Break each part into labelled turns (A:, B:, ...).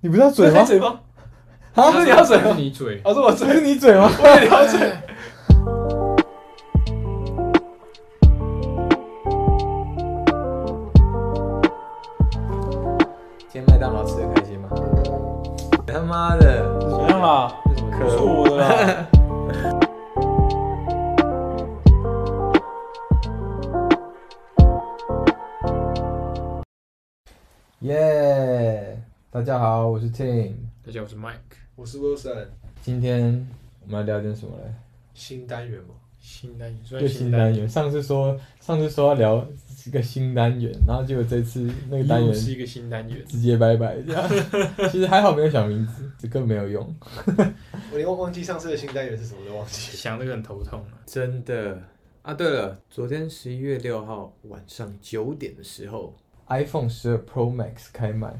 A: 你不是要嘴
B: 是你
A: 吗？
B: 嘴吗？
A: 啊
B: 是你要嘴
C: 是
B: 吗？
C: 你嘴，
B: 啊，是我嘴
A: 不，是你嘴吗？
B: 我也要嘴。
C: 今天麦当劳吃的开心吗？他妈的，
B: 怎样啦？
C: 这什么
A: 可
B: 是
A: 恶
B: 我的啦。
C: 耶！大家好，我是 Tim，
D: 大家好，我是 Mike。
B: 我是 Wilson，
C: 今天我们来聊点什么嘞？
B: 新单元嘛。
D: 新单元，
C: 又
D: 算
C: 新
D: 新
C: 单
D: 单
C: 元，上次说上次说要聊一个新单元，然后结果这次那个单
D: 元，又
C: 元
D: 是一个新单元。
C: 直接拜拜这样。 其实还好没有想名字，这更没有用。
B: 我连忘记上次的新单元是什么都忘记了。
D: 想这个很头痛啊。
E: 真的啊！对了，昨天十一月六号晚上九点的时候，
C: iPhone 十二 Pro Max 开卖，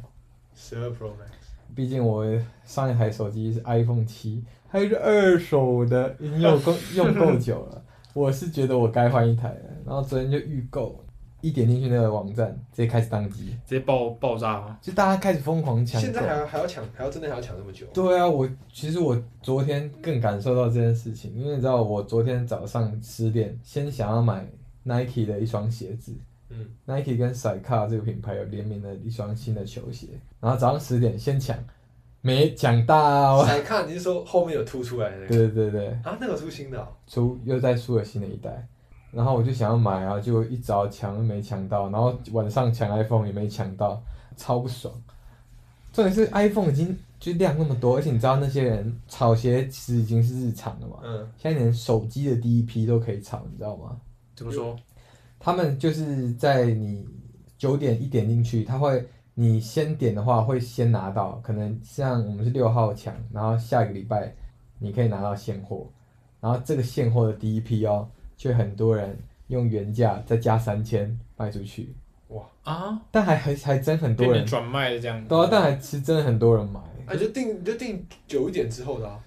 B: 十二 Pro Max，
C: 毕竟我上一台手机是 iPhone 七，还是二手的，已经 用够用够久了。我是觉得我该换一台了，然后昨天就预购，一点进去那个网站直接开始宕机，
D: 直接爆爆炸啊吗？
C: 就大家开始疯狂抢
B: 现
C: 购
B: 在。还要还要抢，还要真的还要抢这么久？
C: 对啊，我其实我昨天更感受到这件事情，因为你知道我昨天早上十点先想要买 Nike 的一双鞋子，
B: 嗯
C: ，Nike 跟 s a i k a 这个品牌有联名的一双新的球鞋，然后早上十点先抢，没抢到，啊
D: 啊
B: 来看，你是说后面有凸出来的那个？
C: 对对对，
B: 啊，那个出新的哦。
C: 出又再出了新的一代，然后我就想要买啊，就一早抢没抢到，然后晚上抢 iPhone 也没抢到，超不爽。重点是 iPhone 已经就量那么多，而且你知道那些人炒鞋其实已经是日常了嘛，
B: 嗯，
C: 现在连手机的第一批都可以炒，你知道吗？
D: 怎么说？
C: 他们就是在你九点一点进去，他会你先点的话会先拿到，可能像我们是六号抢，然后下个礼拜你可以拿到现货，然后这个现货的第一批哦，却很多人用原价再加三千卖出去，
D: 啊，
C: 但还还还真很
D: 给
C: 多
D: 你
C: 人，
D: 转卖的这样子。
C: 对啊，但还其实真的很多人买，
B: 啊，你就定你就定久一点之后的啊。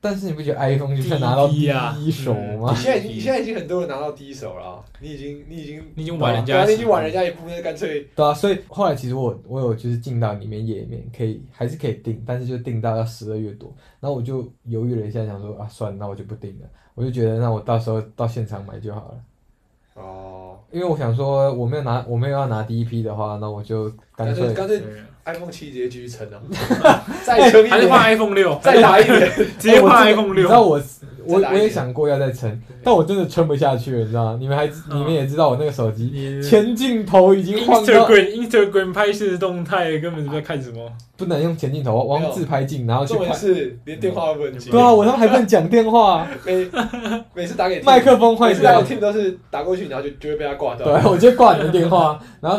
C: 但是你不觉得 iPhone 就是拿到
D: 第
C: 第
D: 一啊
C: 一手吗
B: 你？现在已经你现在已经很多人拿到第一手了啊，你已经你已经
D: 你已经晚人
B: 对啊
D: 家，
B: 你已经晚人。家一步，那干脆
C: 对啊，所以后来其实我我有就是进到里面页面，可以还是可以订，但是就订到要十二月多，然后我就犹豫了一下，想说啊，算了，那我就不订了，我就觉得那我到时候到现场买就好了，
B: 哦，
C: 因为我想说我没有拿我没有要拿第一批的话，那我就干
B: 干脆
C: 脆
B: 干脆
C: 啊
D: 对
B: iPhone 七直接继续撑 啊，再撑一
D: 还是换
B: 点，
D: iPhone 六，
B: 再打一点。
D: 直接换
C: 哎哎我真的
D: iPhone
C: 你知道
D: 六。
C: 我我
B: 再打一
C: 我
B: 点
C: 也想过要再撑，但我真的撑不下去了，你知道吗？你们还你们也知道我那个手机
D: 你
C: 前镜头已经晃到
D: Instagram Instagram 拍摄的动态根本就在看什么？
C: 不能用前镜头，我我
B: 没
C: 用
B: 有
C: 自拍镜，然后去
B: 重点
C: 拍。
B: 是连电话都不能接，
C: 对啊，我他妈还不能讲电 话，
B: 每每次 打给 Tim，
C: 麦克风坏
B: 每次打
C: 掉
B: 给。Tim 都是打过去，然后就就会被他挂
C: 对啊
B: 断。，
C: 我就挂你的电话， 然后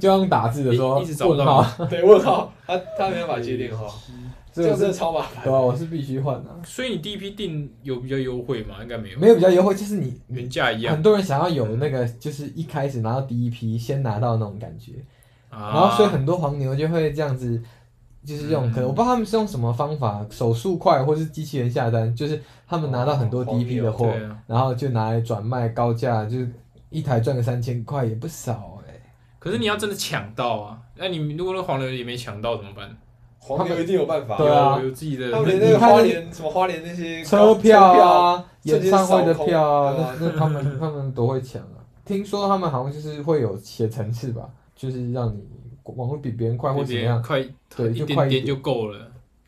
C: 就用打字的说
D: 一一直找不
C: 问
D: 到
C: 号，
B: 对，我靠，他他没办法接电话，这
C: 这个
B: 样真的
C: 是
B: 超麻烦。
C: 对啊，我是必须换的、啊，
D: 所以你第一批订有比较优惠吗？应该没有，
C: 没有比较优惠，就是你
D: 原价一样
C: 很多人想要有那个，就是一开始拿到第一批先拿到那种感觉，
D: 啊。
C: 然后所以很多黄牛就会这样子。就是用，
D: 嗯
C: 可能我不知道他们是用什么方法，手速快，或是机器人下单，就是他们拿到很多
B: 哦
C: 第一批的货，
D: 对啊。
C: 然后就拿来转卖高价，就是一台赚个三千块也不少哎、
D: 可是你要真的抢到啊，那你如果那黄牛也没抢到怎么办？
B: 黄牛一定有办法，
C: 对啊
D: 有有自己的
B: 他们连那
C: 你
B: 个
C: 看
B: 花莲什么花莲那些
C: 车票
B: 高，
C: 啊，
B: 车票
C: 演唱会的票
B: 瞬间
C: 啊
B: 扫，
C: 那那他们他们都会抢啊。听说他们好像就是会有写层次吧，就是让你网络比别人快或
D: 比
C: 怎么
D: 别
C: 样
D: 人，快
C: 对
D: 一
C: 就
D: 点
C: 快一
D: 点
C: 点
D: 就够了。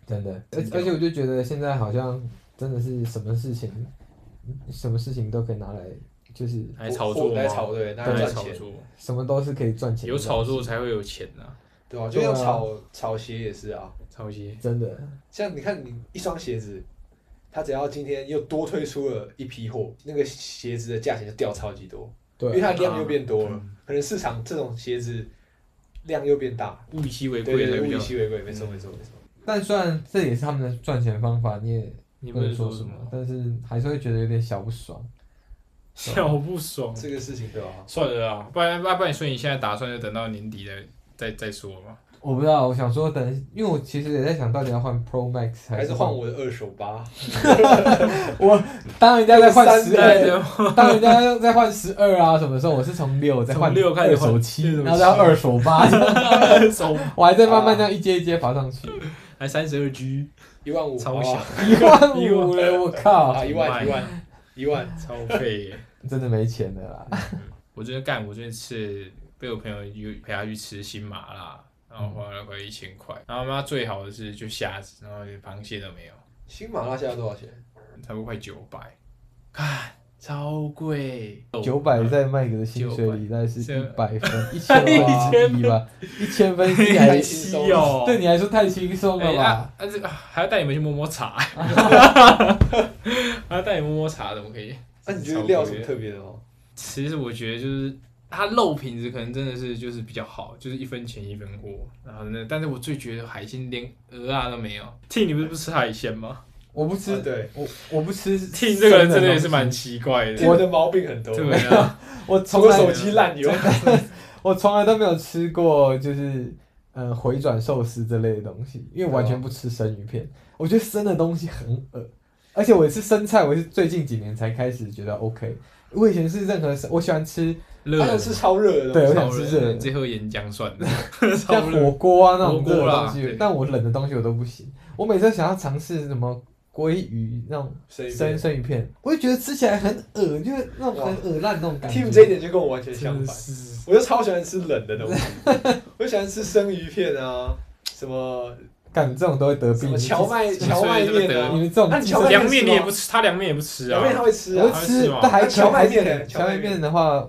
C: 真的。而
D: 真的
C: 而且我就觉得现在好像真的是什么事情，什么事情都可以拿来，就是
D: 来炒作
B: 火
D: 吗
B: 来炒对，拿
D: 当
B: 来
D: 然
B: 赚
D: 炒
B: 钱，
D: 作，
C: 什么都是可以赚钱的。
D: 有炒作才会有钱呐、啊，
B: 对吧？就像炒炒鞋也是啊，
D: 炒鞋。
C: 真的，
B: 像你看你一双鞋子，它只要今天又多推出了一批货，那个鞋子的价钱就掉超级多，因为
C: 对啊
B: 它量又变多了
D: 嗯，
B: 可能市场这种鞋子量又变大，
D: 物以稀为
B: 对
D: 贵
B: 对
D: 才
B: 对，物
D: 比
B: 以
D: 较。
B: 稀为贵，没错没错没错。
C: 但虽然这也是他们的赚钱方法，你也
D: 你
C: 不
D: 不
C: 能
D: 能
C: 说
D: 说
C: 什
D: 什
C: 么
D: 么，，
C: 但是还是会觉得有点小不爽。
D: 笑不爽。
C: 嗯
B: 这个事情对吧？
D: 算了啊，不然不然不然，所以你现在打算就等到年底再再再说嘛。
C: 我不知道，我想说等，因为我其实也在想到底要换 Pro Max
B: 还是
C: 是
B: 换我的二手吧。
C: 我当人家在换十
B: 对
D: 对
C: 二，
D: 对，
C: 当人家在换十二啊什么时候，我是从六再换
D: 从六开始
C: 二
D: 换
C: 手七
D: 二，手
C: 然后再换
D: 七
C: 二手八，
D: 手
C: 我还在慢慢这样一阶一阶爬上去，
D: 啊还三十二 G，
B: 一万五，
D: 超小
B: 好啊
C: 一万五了，我靠，
B: 啊！一万一万一万，
D: 超废耶。
C: 真的没钱的啦。
D: 我最近干，我最近吃被我朋友约陪他去吃新麻辣，然后花了快一千块。然后妈最好的是就虾子，然后连螃蟹都没有，
B: 新麻辣现在多少钱？
D: 差不多快九百，看超贵，
C: 九 百在麦格的薪水里，大概是一
D: 900
C: 百 分，一千分一吧，一千分你还
B: 太
D: 稀
B: 轻松
D: 哦。
C: 对你来说太轻松
D: 哎
C: 了吧？
D: 啊，啊这啊还要带你们去摸摸茶， 还要带你摸摸茶，怎么可以？
B: 那你觉得料有什么特别的吗？
D: 其实我觉得就是它肉品质可能真的是就是比较好，就是一分钱一分货。然后呢，但是我最觉得海鲜连鹅啊都没有。T 你不是不吃海鲜吗
C: 我不
B: 啊
C: 吃，
B: 对，
C: 我我不吃。
D: ？T 这个人真的也是蛮奇 怪的，
B: 我的毛病很多，
D: 对啊，
C: 我
B: 除
C: 从
B: 了
C: 来
B: 手机烂以外，
C: 我从来都没有吃过，就是呃回转寿司这类的东西，因为我完全不吃生鱼片。我觉得生的东西很恶，而且我吃生菜，我是最近几年才开始觉得 OK。我以前是任何生我喜欢吃
D: 热
B: 他
D: 的
B: 们是超热的东
C: 对
B: 西，
C: 我
D: 超
C: 想吃热
D: 热
C: 的
D: 的，最后岩 浆算了，超
C: 像火
D: 热。
C: 锅啊那种
D: 火锅
C: 热的
D: 啦
C: 东西
D: 对，
C: 但我冷的东西我都不行。我每次想要尝试什么鲑鱼那种
B: 生鱼
C: 生
B: 片
C: 生鱼片，我就觉得吃起来很恶，就是那种很恶烂那种感觉。
B: Team 这一点就跟我完全相
D: 真的
B: 反，
D: 是
B: 我就超喜欢吃冷的东西，我喜欢吃生鱼片啊，什么
C: 干这种都会得
B: 什
C: 病。
B: 么荞麦
D: 所以
B: 荞麦
D: 这个
B: 面
D: 得
B: 啊
C: 你，们这种
B: 那
C: 寄
B: 荞
C: 生
B: 麦
D: 凉面你也不吃，他凉面也不吃
B: 荞
D: 啊
B: 麦。他会吃
C: 我
B: 啊，
C: 会
D: 还是
C: 吃
D: 吗，
C: 但还
B: 那荞麦
C: 还是
B: 面呢
C: 荞麦面的话，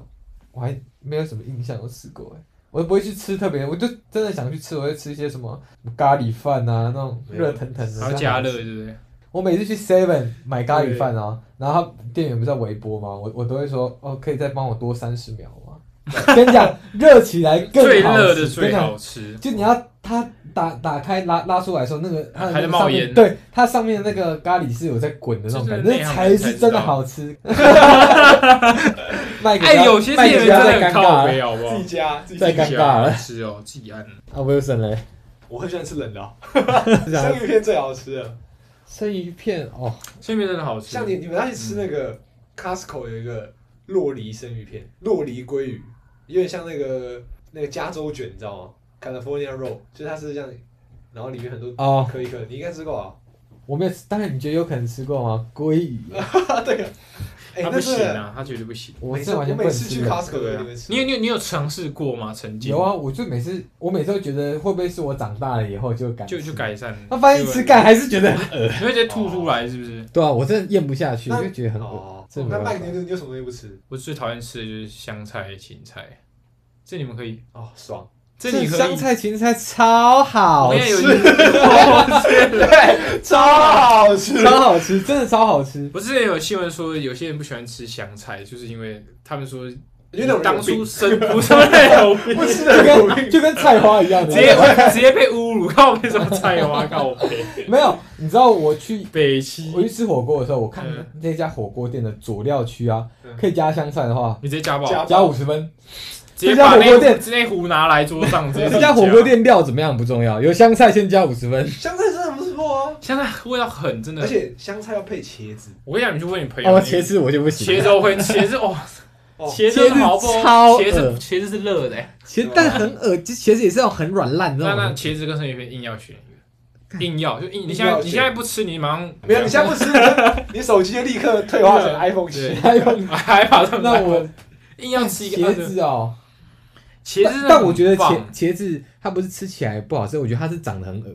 C: 我还没有什么印象，我吃过哎，我不会去吃特别，我就真的想去吃，我会吃一些什么咖喱饭啊，那种热腾腾的。
D: 还要加热，对不对？
C: 我每次去 Seven 买咖喱饭啊，然后他店员不是在微波吗？我我都会说哦，可以再帮我多三十秒 吗？跟你讲，热起来更
D: 最
C: 好
D: 热的
C: 吃。跟
D: 最
C: 你讲，
D: 好吃，
C: 就你要它打打开拉拉出来的时候，那个它的那
D: 还
C: 个
D: 在冒
C: 上面
D: 烟
C: 对它上面那个咖喱是有在滚的那种感觉，
D: 就是
C: 那
D: 那样
C: 才
D: 才
C: 是
D: 知
C: 真的
D: 道
C: 好吃。 麦克不
D: 哎，
C: 要
D: 有些
C: 麦克
D: 店
C: 不
D: 员
C: 要
D: 真的
C: 再
D: 很
C: 尴
D: 靠
C: 尬
D: 背，
C: 了
D: 好不好
B: 自己？加自己
C: 再
B: 加
C: 尴尬，了
D: 吃哦，自己按。
C: 啊，Wilson 嘞，
B: 我很喜欢吃冷的啊，
C: 是啊
B: 生鱼片最好吃了。
C: 生鱼片哦，
D: 生鱼片真的好吃，
B: 像你你们要去吃那个 Costco 有一个洛梨生鱼片，洛梨鲑鱼，有点像那个那个加州卷，你知道吗？California roll，就是它是这样，然后里面很多
C: 哦
B: 颗一颗，你应该吃过啊。
C: 我没有吃，当然你觉得有可能吃过吗？鲑鱼，
B: 对啊，哎，
D: 他不
B: 那是
D: 行啊，他绝对不行。
C: 我
B: 每
C: 是
B: 次
C: 完全不
B: 每
C: 能
B: 次
C: 吃
B: 去
C: 的。
B: Costco 都
D: 对
B: 有
D: 啊
B: 你们，吃
D: 你有你有你有尝试过吗？曾经
C: 有，啊，我就每次我每次都觉得会不会是我长大了以后就敢
D: 就
C: 吃
D: 就，改善了。
C: 那发现
D: 就
C: 吃干还是觉得很恶。
D: 你会直接吐出
B: 哦
D: 来是不是？
C: 对啊，我真的咽不下去，
B: 那
C: 就觉得很恶。
B: 哦
C: 这没
B: 那
C: 办法
B: 麦克牛顿你有什么东西不吃？
D: 我最讨厌吃的就是香菜、芹菜，这你们可以，
B: 哦，爽，
D: 这你可以。
C: 香菜、芹菜超好
D: 我也有
C: 吃，
B: 超好吃
C: 超好吃，真的超好吃。
D: 我之前有新闻说，有些人不喜欢吃香菜，就是因为他们说
B: 有点
D: 当初生不是有病，
B: 不吃
C: 就
B: 的有
C: 跟
B: 病，
C: 就跟菜花一样
D: 直接
C: 的，
D: 直接被侮辱，靠背什么菜花，靠背
C: 没有。你知道我去
D: 北七
C: 我，去吃火锅的时候，我看
D: 嗯
C: 那家火锅店的佐料区啊
B: 嗯，
C: 可以加香菜的话，
D: 你直接加爆，
B: 加
C: 加五十分。
D: 直接把
C: 这家火锅
D: 那
C: 店
D: 那壶拿来桌上，直接
C: 这家火锅店料怎么样不重要，有香菜先加五十分。
B: 香菜真的不错啊，
D: 香菜味道很真的
B: 而，且香菜要配茄子，
D: 我跟你讲，你去问你朋友，
C: 哦，
D: 哎你
C: 茄子我就不行，
D: 茄子会茄子哦，
B: 哦
D: 茄
C: 茄
D: 子
C: 子
D: 好不好
C: 超
D: 茄子
C: 恶
D: 茄子是热的欸，
C: 茄但很恶，就茄子也是那种很软烂哦
D: 那
C: 那
D: 那
C: 种。
D: 茄子跟生鱼片硬要选一个，硬要就硬。你
B: 硬
D: 现在
B: 要
D: 你
B: 选
D: 现在不吃，你马上
B: 没有，你现在不吃，你你手机就立刻退化成 iPhone 七
D: 对。
C: 还有，
D: 还马上
C: 那我
D: 硬要吃一个
C: 茄子哦，
D: 茄
C: 但
D: 子，
C: 但我觉得茄
D: 茄
C: 茄子它不是吃起来不好吃，我觉得它是长得很恶，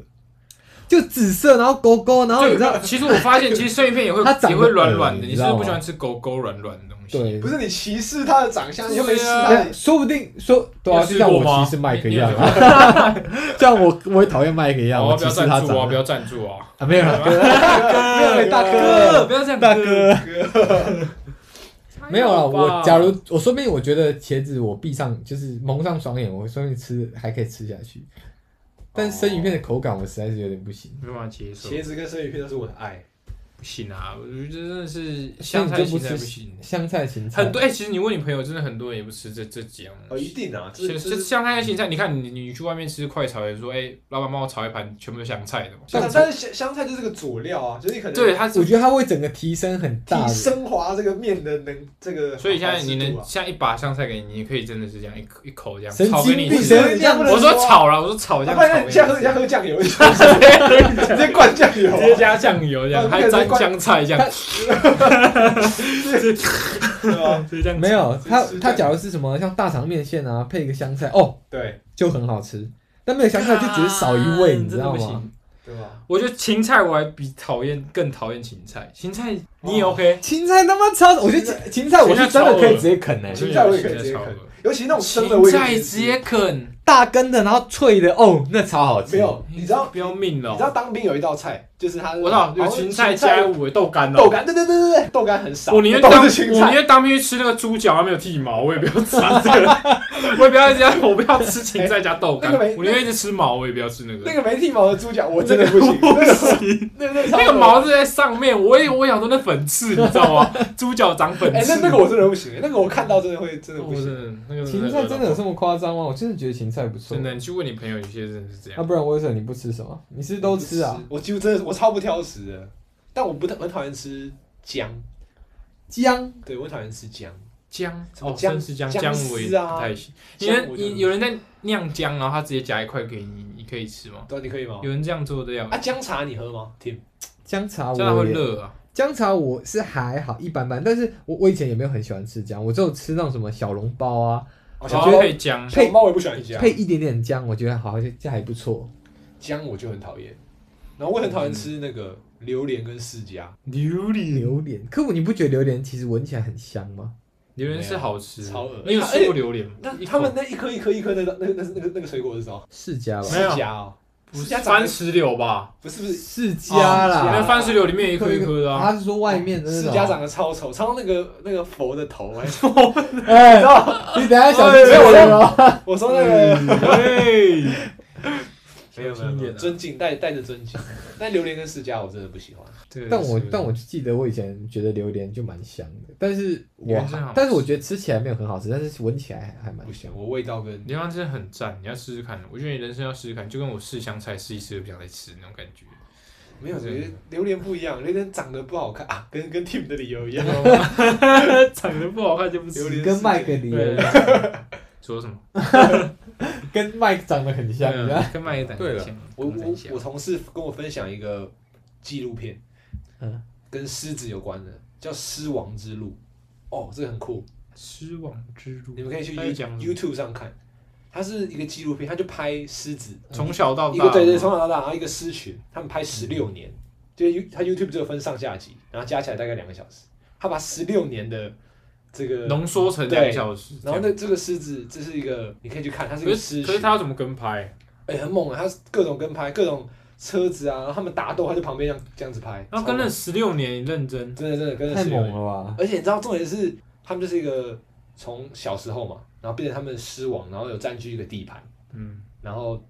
C: 就紫色，然后勾勾，然后你知道，
D: 其实我发现，其实生鱼片也会
C: 它长
D: 也
C: 得
D: 会软软的，
C: 很
D: 你
C: 你
D: 是
C: 知道
D: 不是
C: 吗
D: 不喜欢吃狗狗软软的东西？
C: 对
B: 不，是你歧视他的长相，
D: 对啊
B: 你又没吃他
C: 那
B: 的，
C: 哎说不定说对啊，
D: 你有
C: 就
D: 试
C: 像
D: 过
C: 我
D: 吗
C: 歧视麦克
D: 你
C: 一
D: 你有
C: 样
D: 试
C: 啊，像我我也讨厌麦克一样，
D: 好
C: 我
D: 啊，不
C: 歧
D: 要
C: 视他
D: 赞
C: 长
D: 助啊，不
C: 得
D: 要赞助啊！
C: 啊，没有 啦，哥
B: 没有
C: 大
D: 哥，
C: 哥
D: 不要这样，
C: 大哥， 没有
D: 了。
C: 了。我假如我说不定我觉得茄子我闭上就是蒙上双眼，我说不定吃还可以吃下去，但生鱼片的口感我实在是有点不行。
D: 没办法接受，
B: 茄子跟生鱼片都是我的爱，
D: 不行啊，我觉得真的
C: 所
D: 是
C: 以
D: 香
C: 你
D: 菜
C: 就不
D: 芹菜
C: 吃
D: 不行。
C: 香菜、芹菜
D: 很，多哎、其实你问你朋友，真的很多人也不吃这这几样
B: 哦，
D: 东
B: 一
D: 西。
B: 定啊，这
D: 香
B: 这
D: 这香菜跟芹菜，你看你你去外面吃快炒，也说哎、老板帮我炒一盘全部都香菜的嘛。
B: 但但是香香菜就是个佐料啊，就是你可能
D: 对，它是
C: 我觉得它会整个提升很大
B: 提
C: 的。
B: 升华这个面的能这个，
D: 所以现在你能
B: 啊，
D: 像一把香菜给你，你可以真的是这样一口一口这样
C: 神
D: 炒给
C: 经
D: 你
C: 病！
D: 吃。
C: 谁会这样
B: 不能
D: 我说
B: 说啊
D: 炒了，我说炒这样
B: 不然
D: 炒
B: 你现在喝
D: 给
B: 你
D: 你
B: 现在
D: 吃。
B: 喝酱油， 直接灌酱油啊，
D: 直接加酱油这样，还沾香菜这样，
B: 对吧？
D: 直接这样
C: 没有，它
B: 吃
C: 它假如是什么像大肠面线啊，配一个香菜哦，
B: 对
C: 就很好吃。但没有香菜就只是少一味，
D: 啊
C: 你知道
D: 真的不
C: 吗？
D: 行
B: 对吧？
D: 我觉得芹菜我还比讨厌更讨厌芹菜，芹菜你也
B: 哇
D: OK，
C: 芹菜他妈超，我觉得芹芹菜我是真的可以直接
D: 哎
C: 啃诶、欸
B: 芹菜我也可以直接
D: 芹菜超
B: 啃
D: 恶，
B: 尤其那种生的，
D: 芹菜直接啃，
C: 大根的，然后脆的，哦，那超好吃。
B: 没有，你知道
D: 不要命了
B: 你知道
D: 哦。
B: 当兵有一道菜，就是它，
D: 我知道有芹菜加五豆干哦，
B: 豆干，对对对对对，豆干很少，
D: 我宁愿
B: 都
D: 当我
B: 是青
D: 宁
B: 菜。
D: 愿当兵去吃那个猪脚，它没有剃毛，我也不要吃这个， 我也不要加，我不要吃芹菜加豆干，
B: 那个没
D: 我宁愿一直吃毛，我也不要吃那个
B: 那。个没剃毛的猪脚，我真的不行，那个 那个
D: 那个
B: 超
D: 毛是在上面，我也我想说那粉刺，你知道吗？猪脚长粉
B: 哎，
D: 刺。
B: 那那个我真的不行，那个我看到真的会真的
D: 哦
B: 不
D: 真
B: 行。
D: 的那个
C: 芹菜真的有
D: 是
C: 这么夸张吗？我真的觉得芹菜不错
D: 真。的，你去问你朋友，有些真的是这
C: 那
D: 样。
C: 不然我说你不吃什么？你是不是都吃啊？？
B: 我几乎真的是我超不挑食的，但我不太我很讨厌吃姜，
C: 姜
B: 对我很讨厌吃姜，
D: 姜
B: 什么
D: 哦，
B: 姜
D: 真是姜
B: 姜
D: 姜我也
B: 丝啊
D: 不太行。有
B: 姜
D: 人
B: 我就
D: 你有人在酿姜，然后他直接夹一块给你，你可以吃吗？
B: 对，啊你可以吗？
D: 有人这样做的呀
B: 啊，，姜茶你喝吗？Tim，
C: 姜茶
D: 这样
C: 我
D: 会
C: 也
D: 热啊。
C: 姜茶我是还好一般般，但是我我以前也没有很喜欢吃姜，我只有吃那种什么小笼包啊，
B: 哦
D: 然
B: 小
D: 后
B: 猫，
D: 配姜，
B: 小猫我也不喜欢姜，
C: 配一点点姜，我觉得好像这还不错。
B: 姜我就很讨厌，然后我也很讨厌吃那个榴莲跟释迦，
D: 嗯榴莲，
C: 榴莲，可我你不觉得榴莲其实闻起来很香吗？
D: 榴莲是好吃的，
B: 超恶
D: 你有吃过榴莲吗？
B: 那
D: 一口
B: 他们那一颗一颗一颗那个那个那是那个那个水果是什么？
C: 世家吧
D: 没，
B: 释
D: 有
B: 迦哦，
D: 不是
B: 家长
D: 番石榴吧？
B: 不是不是，
C: 世家
D: 那
B: 啊
C: 啦，
D: 番石榴里面有一颗一颗的 啊。
C: 他是哦说外面的那
B: 释
C: 种。
B: 迦长得超丑，超像那个那个佛的头哎，
C: 哎， 你等一下小心
B: 没有我
C: 点哦。
B: 我说那个
D: 嘿
B: 没有没有没
D: 啊
B: 有，尊敬带带着尊敬， 但榴莲跟释迦我真的不喜欢。
D: 对
C: 但我
D: 是
C: 但我记得我以前觉得榴莲就蛮香的，但是我
D: 榴莲真好吃
C: 但是我觉得吃起来没有很好吃，但是闻起来还蛮
B: 不
C: 香
B: 行，。我味道跟
D: 莲花真的很赞，你要试试看。我觉得你人生要试试看，就跟我试香菜试一试就不想再吃那种感觉。
B: 没有，
D: 对
B: 榴莲榴莲不一样，榴莲长得不好看啊，跟跟 Tim 的理由一样。
D: 长得不好看就不
B: 榴
D: 吃。
B: 莲
C: 跟
B: 世界
C: 麦克里
D: 对， 说什么？啊
C: 跟麦长得很像，你知道
D: 跟麦克
E: 对
D: 等
E: 了
D: 一下，
B: 我
D: 等一
B: 我
D: 下
B: 我同事跟我分享一个纪录片，
C: 嗯
B: 跟狮子有关的，叫《狮王之路》。哦，这个很酷，
D: 狮王之路，
B: 你们可以去
D: 他在讲
B: You YouTube 上看。它是一个纪录片，它就拍狮子，
D: 嗯从小到
B: 一
D: 大
B: 个对对，从小到大，然后一个狮群，他们拍十六年，就是 You 它 YouTube 只有分上下集，然后加起来大概两个小时。他把十六年的这个，
D: 浓缩成两小时。
B: 然后那这个狮子，这是一个你可以去看，它是一
D: 可
B: 个
D: 是
B: 狮
D: 可
B: 群
D: 是。他要怎么跟拍？
B: 哎、很猛啊！他各种跟拍，各种车子啊，然后他们打斗，他就旁边这样这样子拍。
D: 然后跟
B: 超
D: 了十六年，你认真
B: 猛真的真的跟
C: 太
B: 了十六
C: 猛
B: 年。
C: 了吧！
B: 而且你知道重点是，他们就是一个从小时候嘛，然后变成他们的狮王，然后有占据一个地盘，
D: 嗯，
B: 然后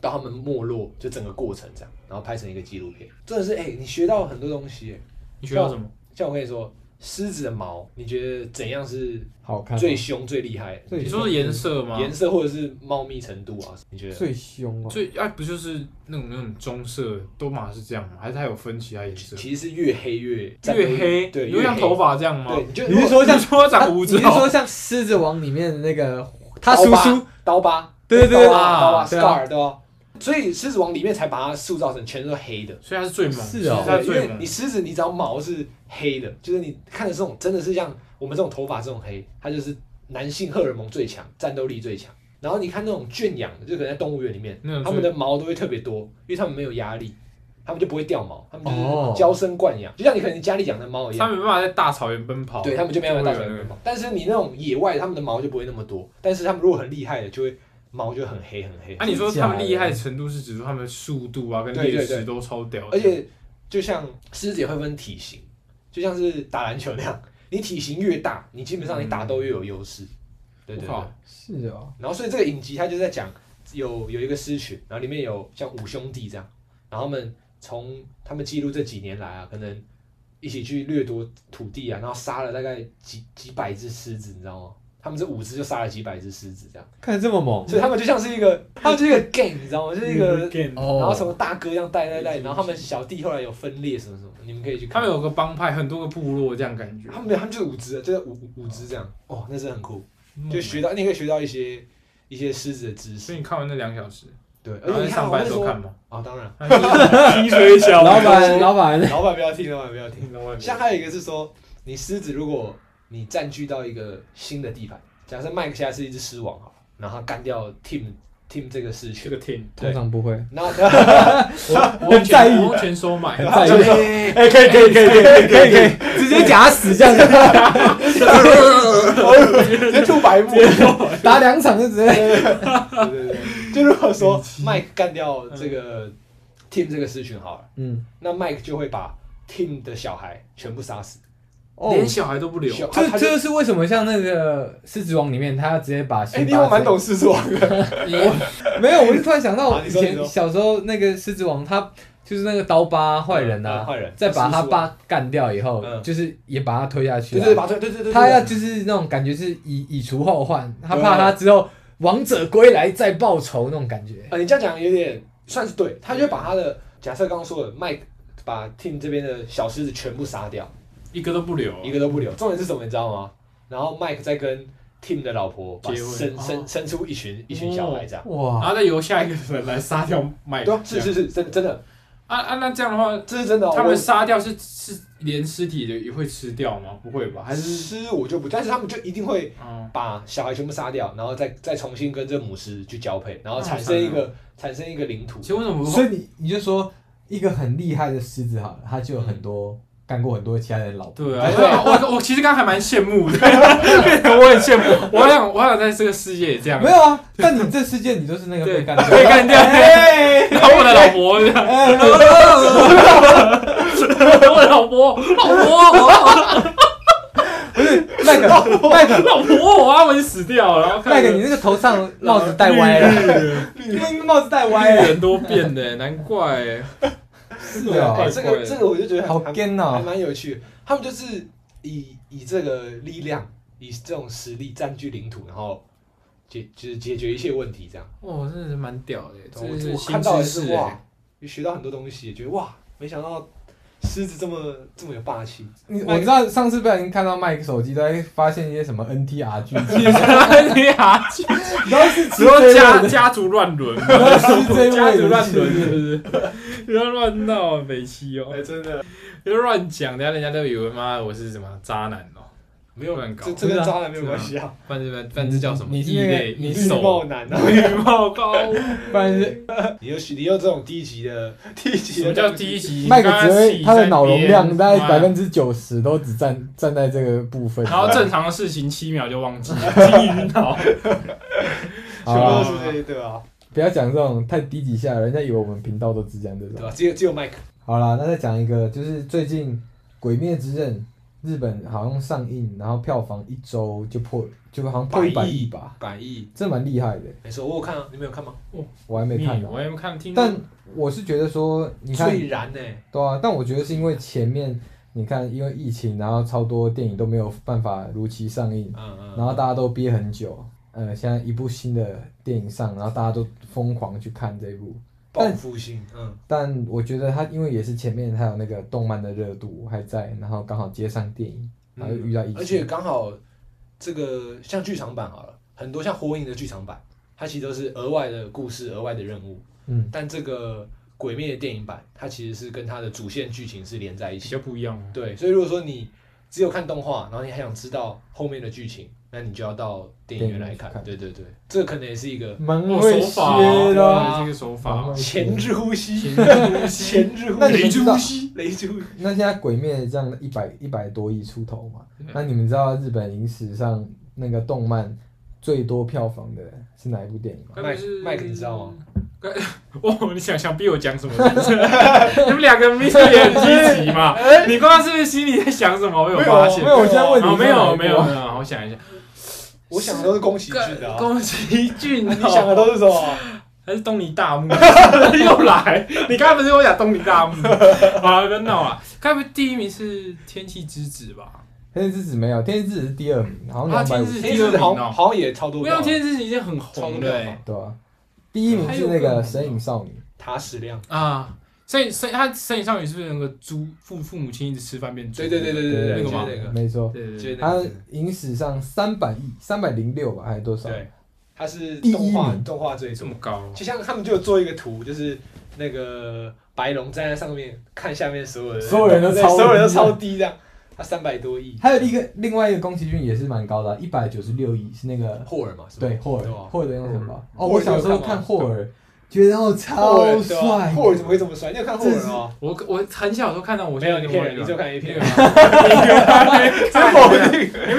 B: 到他们没落，就整个过程这样，然后拍成一个纪录片。真的是哎、你学到很多东西、哎
D: 你学到什么？
B: 像我跟你说，狮子的毛，你觉得怎样是
C: 好看吗，
B: 最凶、最厉害的？
C: 最
D: 你说是颜色吗？
B: 颜色或者是茂密程度啊？你觉得？
C: 最凶哦，
D: 最啊不就是那种那种棕色都嘛是这样吗？还是它有分其他颜色？
B: 其实是越黑越占
D: 越
B: 有
D: 黑，
B: 对，
D: 你会
B: 越
D: 像
B: 黑
D: 头发这样吗？
B: 对，你就
C: 你是说像
D: 你说长胡
C: 你
D: 子
C: 是
D: 哦？
C: 说像《狮子王》里面的那个他
B: 刀
C: 叔
B: 疤
C: 叔？
B: 刀疤，
C: 对对对
B: 刀疤刀疤
C: 对啊
B: scar 对吧？所以狮子王里面才把它塑造成全都是黑的，
D: 所以它是最猛，
C: 是哦
D: 它
B: 对，啊因
D: 最
B: 为
D: 猛
B: 你。狮子你只要毛是黑的，就是你看的这种真的是像我们这种头发这种黑，它就是男性荷尔蒙最强，战斗力最强。然后你看那种圈养的，就可能在动物园里面
D: 那种，
B: 他们的毛都会特别多，因为他们没有压力，他们就不会掉毛，他们就
C: 哦
B: 是娇生惯养，就像你可能家里养的猫一
D: 它
B: 样，
D: 没办法在大草原奔跑，
B: 对他们就没有大小
D: 就会
B: 羽毛。但是你那种野外，他们的毛就不会那么多，但是他们如果很厉害的，就会毛就很黑很黑。
D: 啊，你说他们厉害程度是指出他们速度啊，跟
B: 对对
D: 猎
B: 对
D: 食都超屌的，
B: 而且就像狮子也会分体型，就像是打篮球那样，你体型越大，你基本上你打斗越有优势。对
D: 我
B: 对对
D: 靠。
C: 是哦，
B: 然后所以这个影集它就在讲有有一个狮群，然后里面有像五兄弟这样，然后他们从他们记录这几年来啊，可能一起去掠夺土地啊，然后杀了大概几几百只狮子，你知道吗？他们这五只就杀了几百只狮子，这样，
C: 看这么猛，
B: 所以他们就像是一个，他们就是一个 gang，你知道吗？就是一
D: 嗯
B: 个，
A: game，
C: 哦
B: 然后什么大哥这样带带带，然后他们小弟后来有分裂什么什么，你们可以去看。
D: 他们有个帮派，很多个部落这样感觉，
B: 他们没有，他们就是五只，就是五五五只这样，哦，那真的很酷，就学到，你可以学到一些一些狮子的知
D: 嗯所
B: 识，
D: 以你看完那两小时，
B: 对，而
D: 然后
B: 且
D: 在
B: 你看
D: 上
B: 我
D: 班
B: 那
D: 的
B: 时
D: 时
B: 候
D: 候
B: 啊
D: 看吗？，
B: 当然，
A: 薪水小
C: 老板，老板，
B: 老板不要听，老板不要听。
D: 然后
B: 像还有一个是说，你狮子如果你占据到一个新的地盘，假设麦克夏是一只狮王好了，然后他干掉 Team Team 这个狮
D: 这
B: 群，
D: 个 team，
C: 通常不会。
B: 然后
D: 我 完全我完全收买，
C: 很在意
A: 哎，可以可以可以可以可以可以可以，
C: 直接假死这样子，
B: 直接吐白沫。
C: 打两场就直接。
B: 对对 对，嗯就如果说麦克干掉这个 Team 这个狮群好了，
C: 嗯，
B: 那麦克就会把 Team 的小孩全部杀死，
C: 哦，
D: 连小孩都不留，
B: 小他
C: 这
B: 他
C: 这就是为什么像那个《狮子王》里面，他要直接把辛
B: 哎，你
C: 巴
B: 我蛮
C: 直接
B: 懂狮子王的，
C: 没有，我就突然想到
B: 啊
C: 以
B: 你说你
C: 前
B: 说
C: 小时候那个狮子王，他就是那个刀疤坏人
B: 嗯
C: 啊，
B: 坏人
C: 再把他
B: 狮子王
C: 爸干掉以后，
B: 嗯
C: 就是也把他推下去
B: 对
C: 啊、
B: 对，把对对对对，
C: 他要
B: 对
C: 就是那种感觉是以以除后患，他
B: 对
C: 怕他之后王者归来再报仇那种感觉。
B: 呃，你这样讲有点算是对，他就会把他的假设刚刚说的麦把 Team 这边的小狮子全部杀掉。
D: 一个都不留，
B: 一个都不留。重点是什么，你知道吗？然后 Mike 在跟 Tim 的老婆把
D: 结婚
B: 生
D: 哦
B: 生生出一群一群小孩这样。
D: 然
C: 哇，
D: 后再由下一个人来杀掉
C: 哦
D: 麦
B: 对
D: 克
B: 啊，，是是是，真真的，
D: 啊啊，那这样的话，
B: 这是真的哦。
D: 他
B: 我
D: 们杀掉是是连尸体的也会吃掉吗？不会吧？还是
B: 狮我就不，但是他们就一定会
D: 嗯，
B: 把小孩全部杀掉，然后再再重新跟这母狮去交配，然后
D: 那好
B: 产
D: 残
B: 生
D: 忍
B: 一个产生一个领土
D: 其。实为什么不
C: 所以你你就说一个很厉害的狮子好了，他就有很多干过很多其他人的老婆。
D: 对啊，我我我其实刚刚还蛮羡慕的， 我很羡慕，我想我想在这个世界也这样
C: 没，有啊，但你这世界你就是那个
D: 对，
C: 被
D: 被
C: 干掉的。
D: 干掉， 然后我的老婆，然
C: 哎
D: 后我的老婆，老婆，
C: 麦克，麦克，
D: 老婆，我要我就死掉，然后
C: 麦
D: 看
C: 克，你那个头上帽子戴歪 了，那个帽子戴 歪了。
D: 人多变的，难怪
C: 是
B: 对啊，哎
C: 哦，
B: 这
D: 怪
B: 个
D: 的
B: 这个我就觉得
C: 好
B: 还还
C: gay
B: 还
C: 哦。
B: 蛮有趣的。他们就是以以这个力量，以这种实力占据领土，然后解就是解决一切问题这样。
D: 哇，哦真的是蛮屌的，
B: 我
D: 这是
B: 我
D: 新
B: 看到
D: 知
B: 也
D: 识
B: 是
D: 哎
B: 哇。，也学到很多东西，觉得哇，没想到狮子这么这么有霸气。
C: 你我知道上次不小心看到麦克手机都在发现一些什么 NTR 剧情，
D: 你啊，
C: 然后 是
D: 只有家家族乱伦，
C: 是这一位
D: 家族乱伦是不是？不要乱闹，北七哦，
B: 真的，
D: 不要乱讲，等下人家都以为妈我是什么渣男哦，没有乱搞
B: 这，这跟渣男没有关系啊，
D: 反正反正叫什么
C: 你是
D: 异
C: 那个
D: 类，
C: 你
D: 异
C: 是
D: 兽，
B: 貌男啊！
D: 羽毛高，
C: 不然是
B: 你又你又这种低级的低级
D: 什
B: 的
D: 么叫
B: 东西
D: 低？级？
C: 麦克只会他的脑容量大概百
D: 百
C: 分之九十都只占占在这个部分，
D: 然后正常的事情七秒就忘记， 金鱼
C: 哦
D: 脑，
B: 全
C: 好
B: 部都
C: 啦
B: 是这些，对啊吧？
C: 啊不要讲这种太低级下的，人家以为我们频道都只讲这种
B: 对。啊吧？只有只有麦克，
C: 好啦，那再讲一个，就是最近《鬼灭之刃》日本好像上映，然后票房一周就破，就好像破一百
B: 百
C: 亿
B: 亿
C: 吧，
B: 百亿，
C: 这蛮厉害的，
B: 没错，我有看啊，你没有看吗？
C: 我还没看
D: 你
C: 呢、
D: 嗯我也没看听，
C: 但我是觉得说，你看，
B: 最燃呢，
C: 对啊，但我觉得是因为前面你看，因为疫情，然后超多电影都没有办法如期上映，
B: 嗯
C: 然后大家都憋很久，呃，现在一部新的电影上，然后大家都疯狂去看这一部，
B: 报复性，嗯，
C: 但我觉得它因为也是前面它有那个动漫的热度还在，然后刚好接上电影，
D: 嗯
C: 然后又遇到疫情，
B: 而且刚好这个像剧场版好了，很多像火影的剧场版，它其实都是额外的故事、额外的任务，
C: 嗯，
B: 但这个《鬼灭》的电影版，它其实是跟它的主线剧情是连在一
D: 比
B: 起。
D: 较不一样哦。
B: 对，所以如果说你只有看动画，然后你还想知道后面的剧情，那你就要到电影院来看。
C: 电
B: 对对对，这可能也是一个
C: 蛮
D: 哦
C: 会
D: 手法哦，
C: 学的啊、
D: 对这个手
C: 蛮
D: 法
C: 会，学
B: 前置呼吸，前置呼
C: 那你
B: 吸，
C: 们知道
B: 雷之呼吸。
C: 那现在《鬼灭》这样一百一百多亿出头嘛
D: 嗯，
C: 那你们知道日本影史上那个动漫最多票房的是哪一部电影吗？
D: 该不是
B: 麦克你知道吗？
D: 该哦，你想想逼我讲什么？你们两个明显也很积 极嘛。你刚刚是不是心里在想什么？我有发现
C: 哎没。有，我现在问你
D: 哦，没有没
C: 是哪一部
D: 有
C: 啊
D: 没有，我想一下。
B: 我想的都是宫崎骏的、啊，
D: 宫崎骏哦，
B: 你想的都是什么？
D: 还是东尼大木 又来？你刚才不是跟我讲东尼 大木？好了，不要闹了。该不会第一名是天气之子吧？
C: 天气之子没有，天气之子是第二名，好像
D: 啊
C: 两百
D: 天
C: 五
D: 气之
C: 十
D: 子，
B: 天蝎好像好像也超多
D: 不
B: 票
D: 要
B: 啊，
D: 天气之子已经很红了、
B: 超多
D: 欸、
C: 对啊，第一名是那个《神隐少女》，
B: 塔矢亮，
D: 啊。所以，所以他《神隐少女》是不是那个猪父父母亲一直吃饭变猪？
B: 对对对对
D: 那
B: 对对，
D: 个
B: 就是
D: 吗
B: 那个，
C: 没错，
D: 对对
B: 就
D: 对
B: 是
C: 他
B: 那个，
C: 影史上三百亿、三百零六吧，还是多少？
B: 对，他是
C: 第一
B: 动画
C: 名
B: 动画最
D: 这
B: 多
D: 么，高，啊
B: 就像他们就有做一个图，就是那个白龙站在上面看下面所有人，
C: 所有人都
B: 对
C: 超
B: 所有人都
C: 低
B: 超低这样，他三百多亿，
C: 还有一个另外一个宫崎骏也是蛮高的，一百九十六亿，是那个
B: 霍尔嘛，是吧
C: 对霍尔
B: 对啊
C: 霍尔的用什么？
B: 霍
C: 哦，
B: 尔
C: 我小时候看霍尔，觉得哦
B: 霍
C: 超
B: 尔对啊
C: 帅，
B: 霍尔怎么会这么帅？你有看霍尔
C: 这是
B: 吗？
D: 我我很小的时候看到我
B: 没有，你骗 人，你就看 A
D: 你
B: 片
D: 们。啊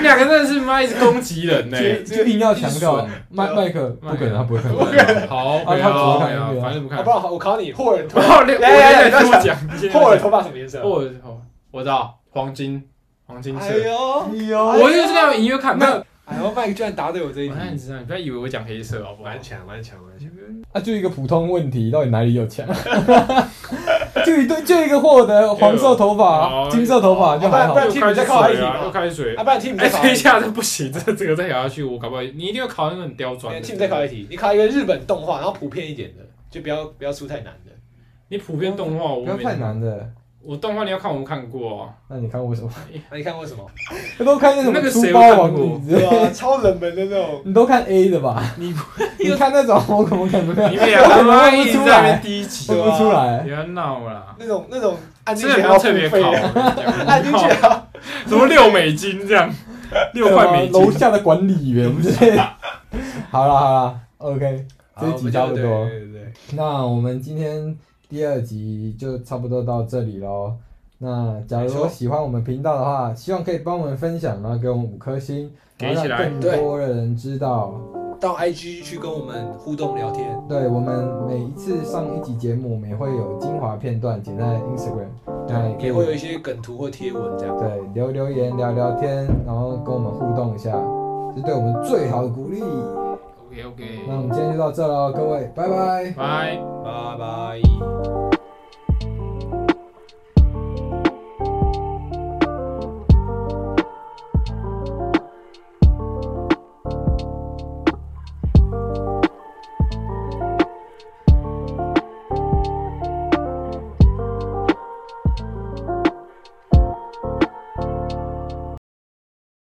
D: 两个真的是妈一直攻击人呢、欸
C: 就硬要强调啊
B: 啊
D: 这是
C: 麦麦克不可能，他不 会看
D: 不
C: 过。
D: 可好，不要不要，反正不
B: 好
D: 看哎
B: 不。好？我考你，霍尔头
D: 我， 好，我再多讲。
B: 霍尔头发什么颜色？啊
D: 我哦我知道黄金黄金
B: 哎
D: 色，
B: 呦，
C: 哎呦
D: 我就是那样隐约看，没有。
B: 哎呦，麦克居然答对我这一
D: 我看你
B: 题，
D: 知道，你不要以为我讲黑色好哦不好？
B: 强，蛮强，蛮强。
C: 啊，就一个普通问题，到底哪里有强？ 就一对，就一个霍德黄色头
D: 哎
C: 发、
D: 呦哦
C: 金色头发就还好
B: 不。然
D: 又开水啊，又开水
B: 啊，。不然 Tim
D: 哎，
B: 再考
D: 等
B: 一
D: 一
B: 题，
D: 下，这不行，这这个再咬下去，我搞不好你一定要考那个很刁钻的。
B: Tim 再考一哎题，你考一个日本动画，然后普遍一点的，就不要不要出太难的。
D: 你普遍动画我
C: 不要
D: 没
C: 太难的，
D: 我动画你要看我没看过啊，
C: 那你看过什么？
B: 那你看过什么？
C: 我都看那什
D: 那个
C: 么
D: 谁
C: 书
D: 有看
C: 包
D: 过
C: 王子之
B: 对
C: 类的，
B: 啊，超冷门的那种。
C: 你都看 A 的吧？
D: 你
C: 你看那种，我可不可能
D: 你们两个妈一直在那边低级
C: 分，不出来
D: 不？要闹啦，
B: 那种那种按进
D: 这个
B: 去
D: 不要
B: 还要啊
D: 特别
B: 付费
D: 考，啊
B: 的， 按
D: 按
B: 进去还要啊
D: 什么六美金这样，六块美
C: 楼
D: 金。
C: 下的管理员之类的。 好了好了，OK，这一集差不
B: 好我
C: 多
B: 们。就对对对对，
C: 那我们今天第二集就差不多到这里喽。那假
B: 没
C: 如
B: 错
C: 喜欢我们频道的话，希望可以帮我们分享，然后给我们五颗星，然
D: 给
C: 后
D: 起来
C: 让更多的人知道。
B: 到 IG 去跟我们互动聊天，
C: 对我们每一次上一集节目，我们也会有精华片段剪在 Instagram，那也可
B: 也会有
C: 以
B: 一些梗图或贴文这样。
C: 对留留言聊聊天，然后跟我们互动一下，是对我们最好的鼓励。
D: OK OK，
C: 那我们今天就到这喽，各位，拜拜。
D: 拜。
B: 拜拜。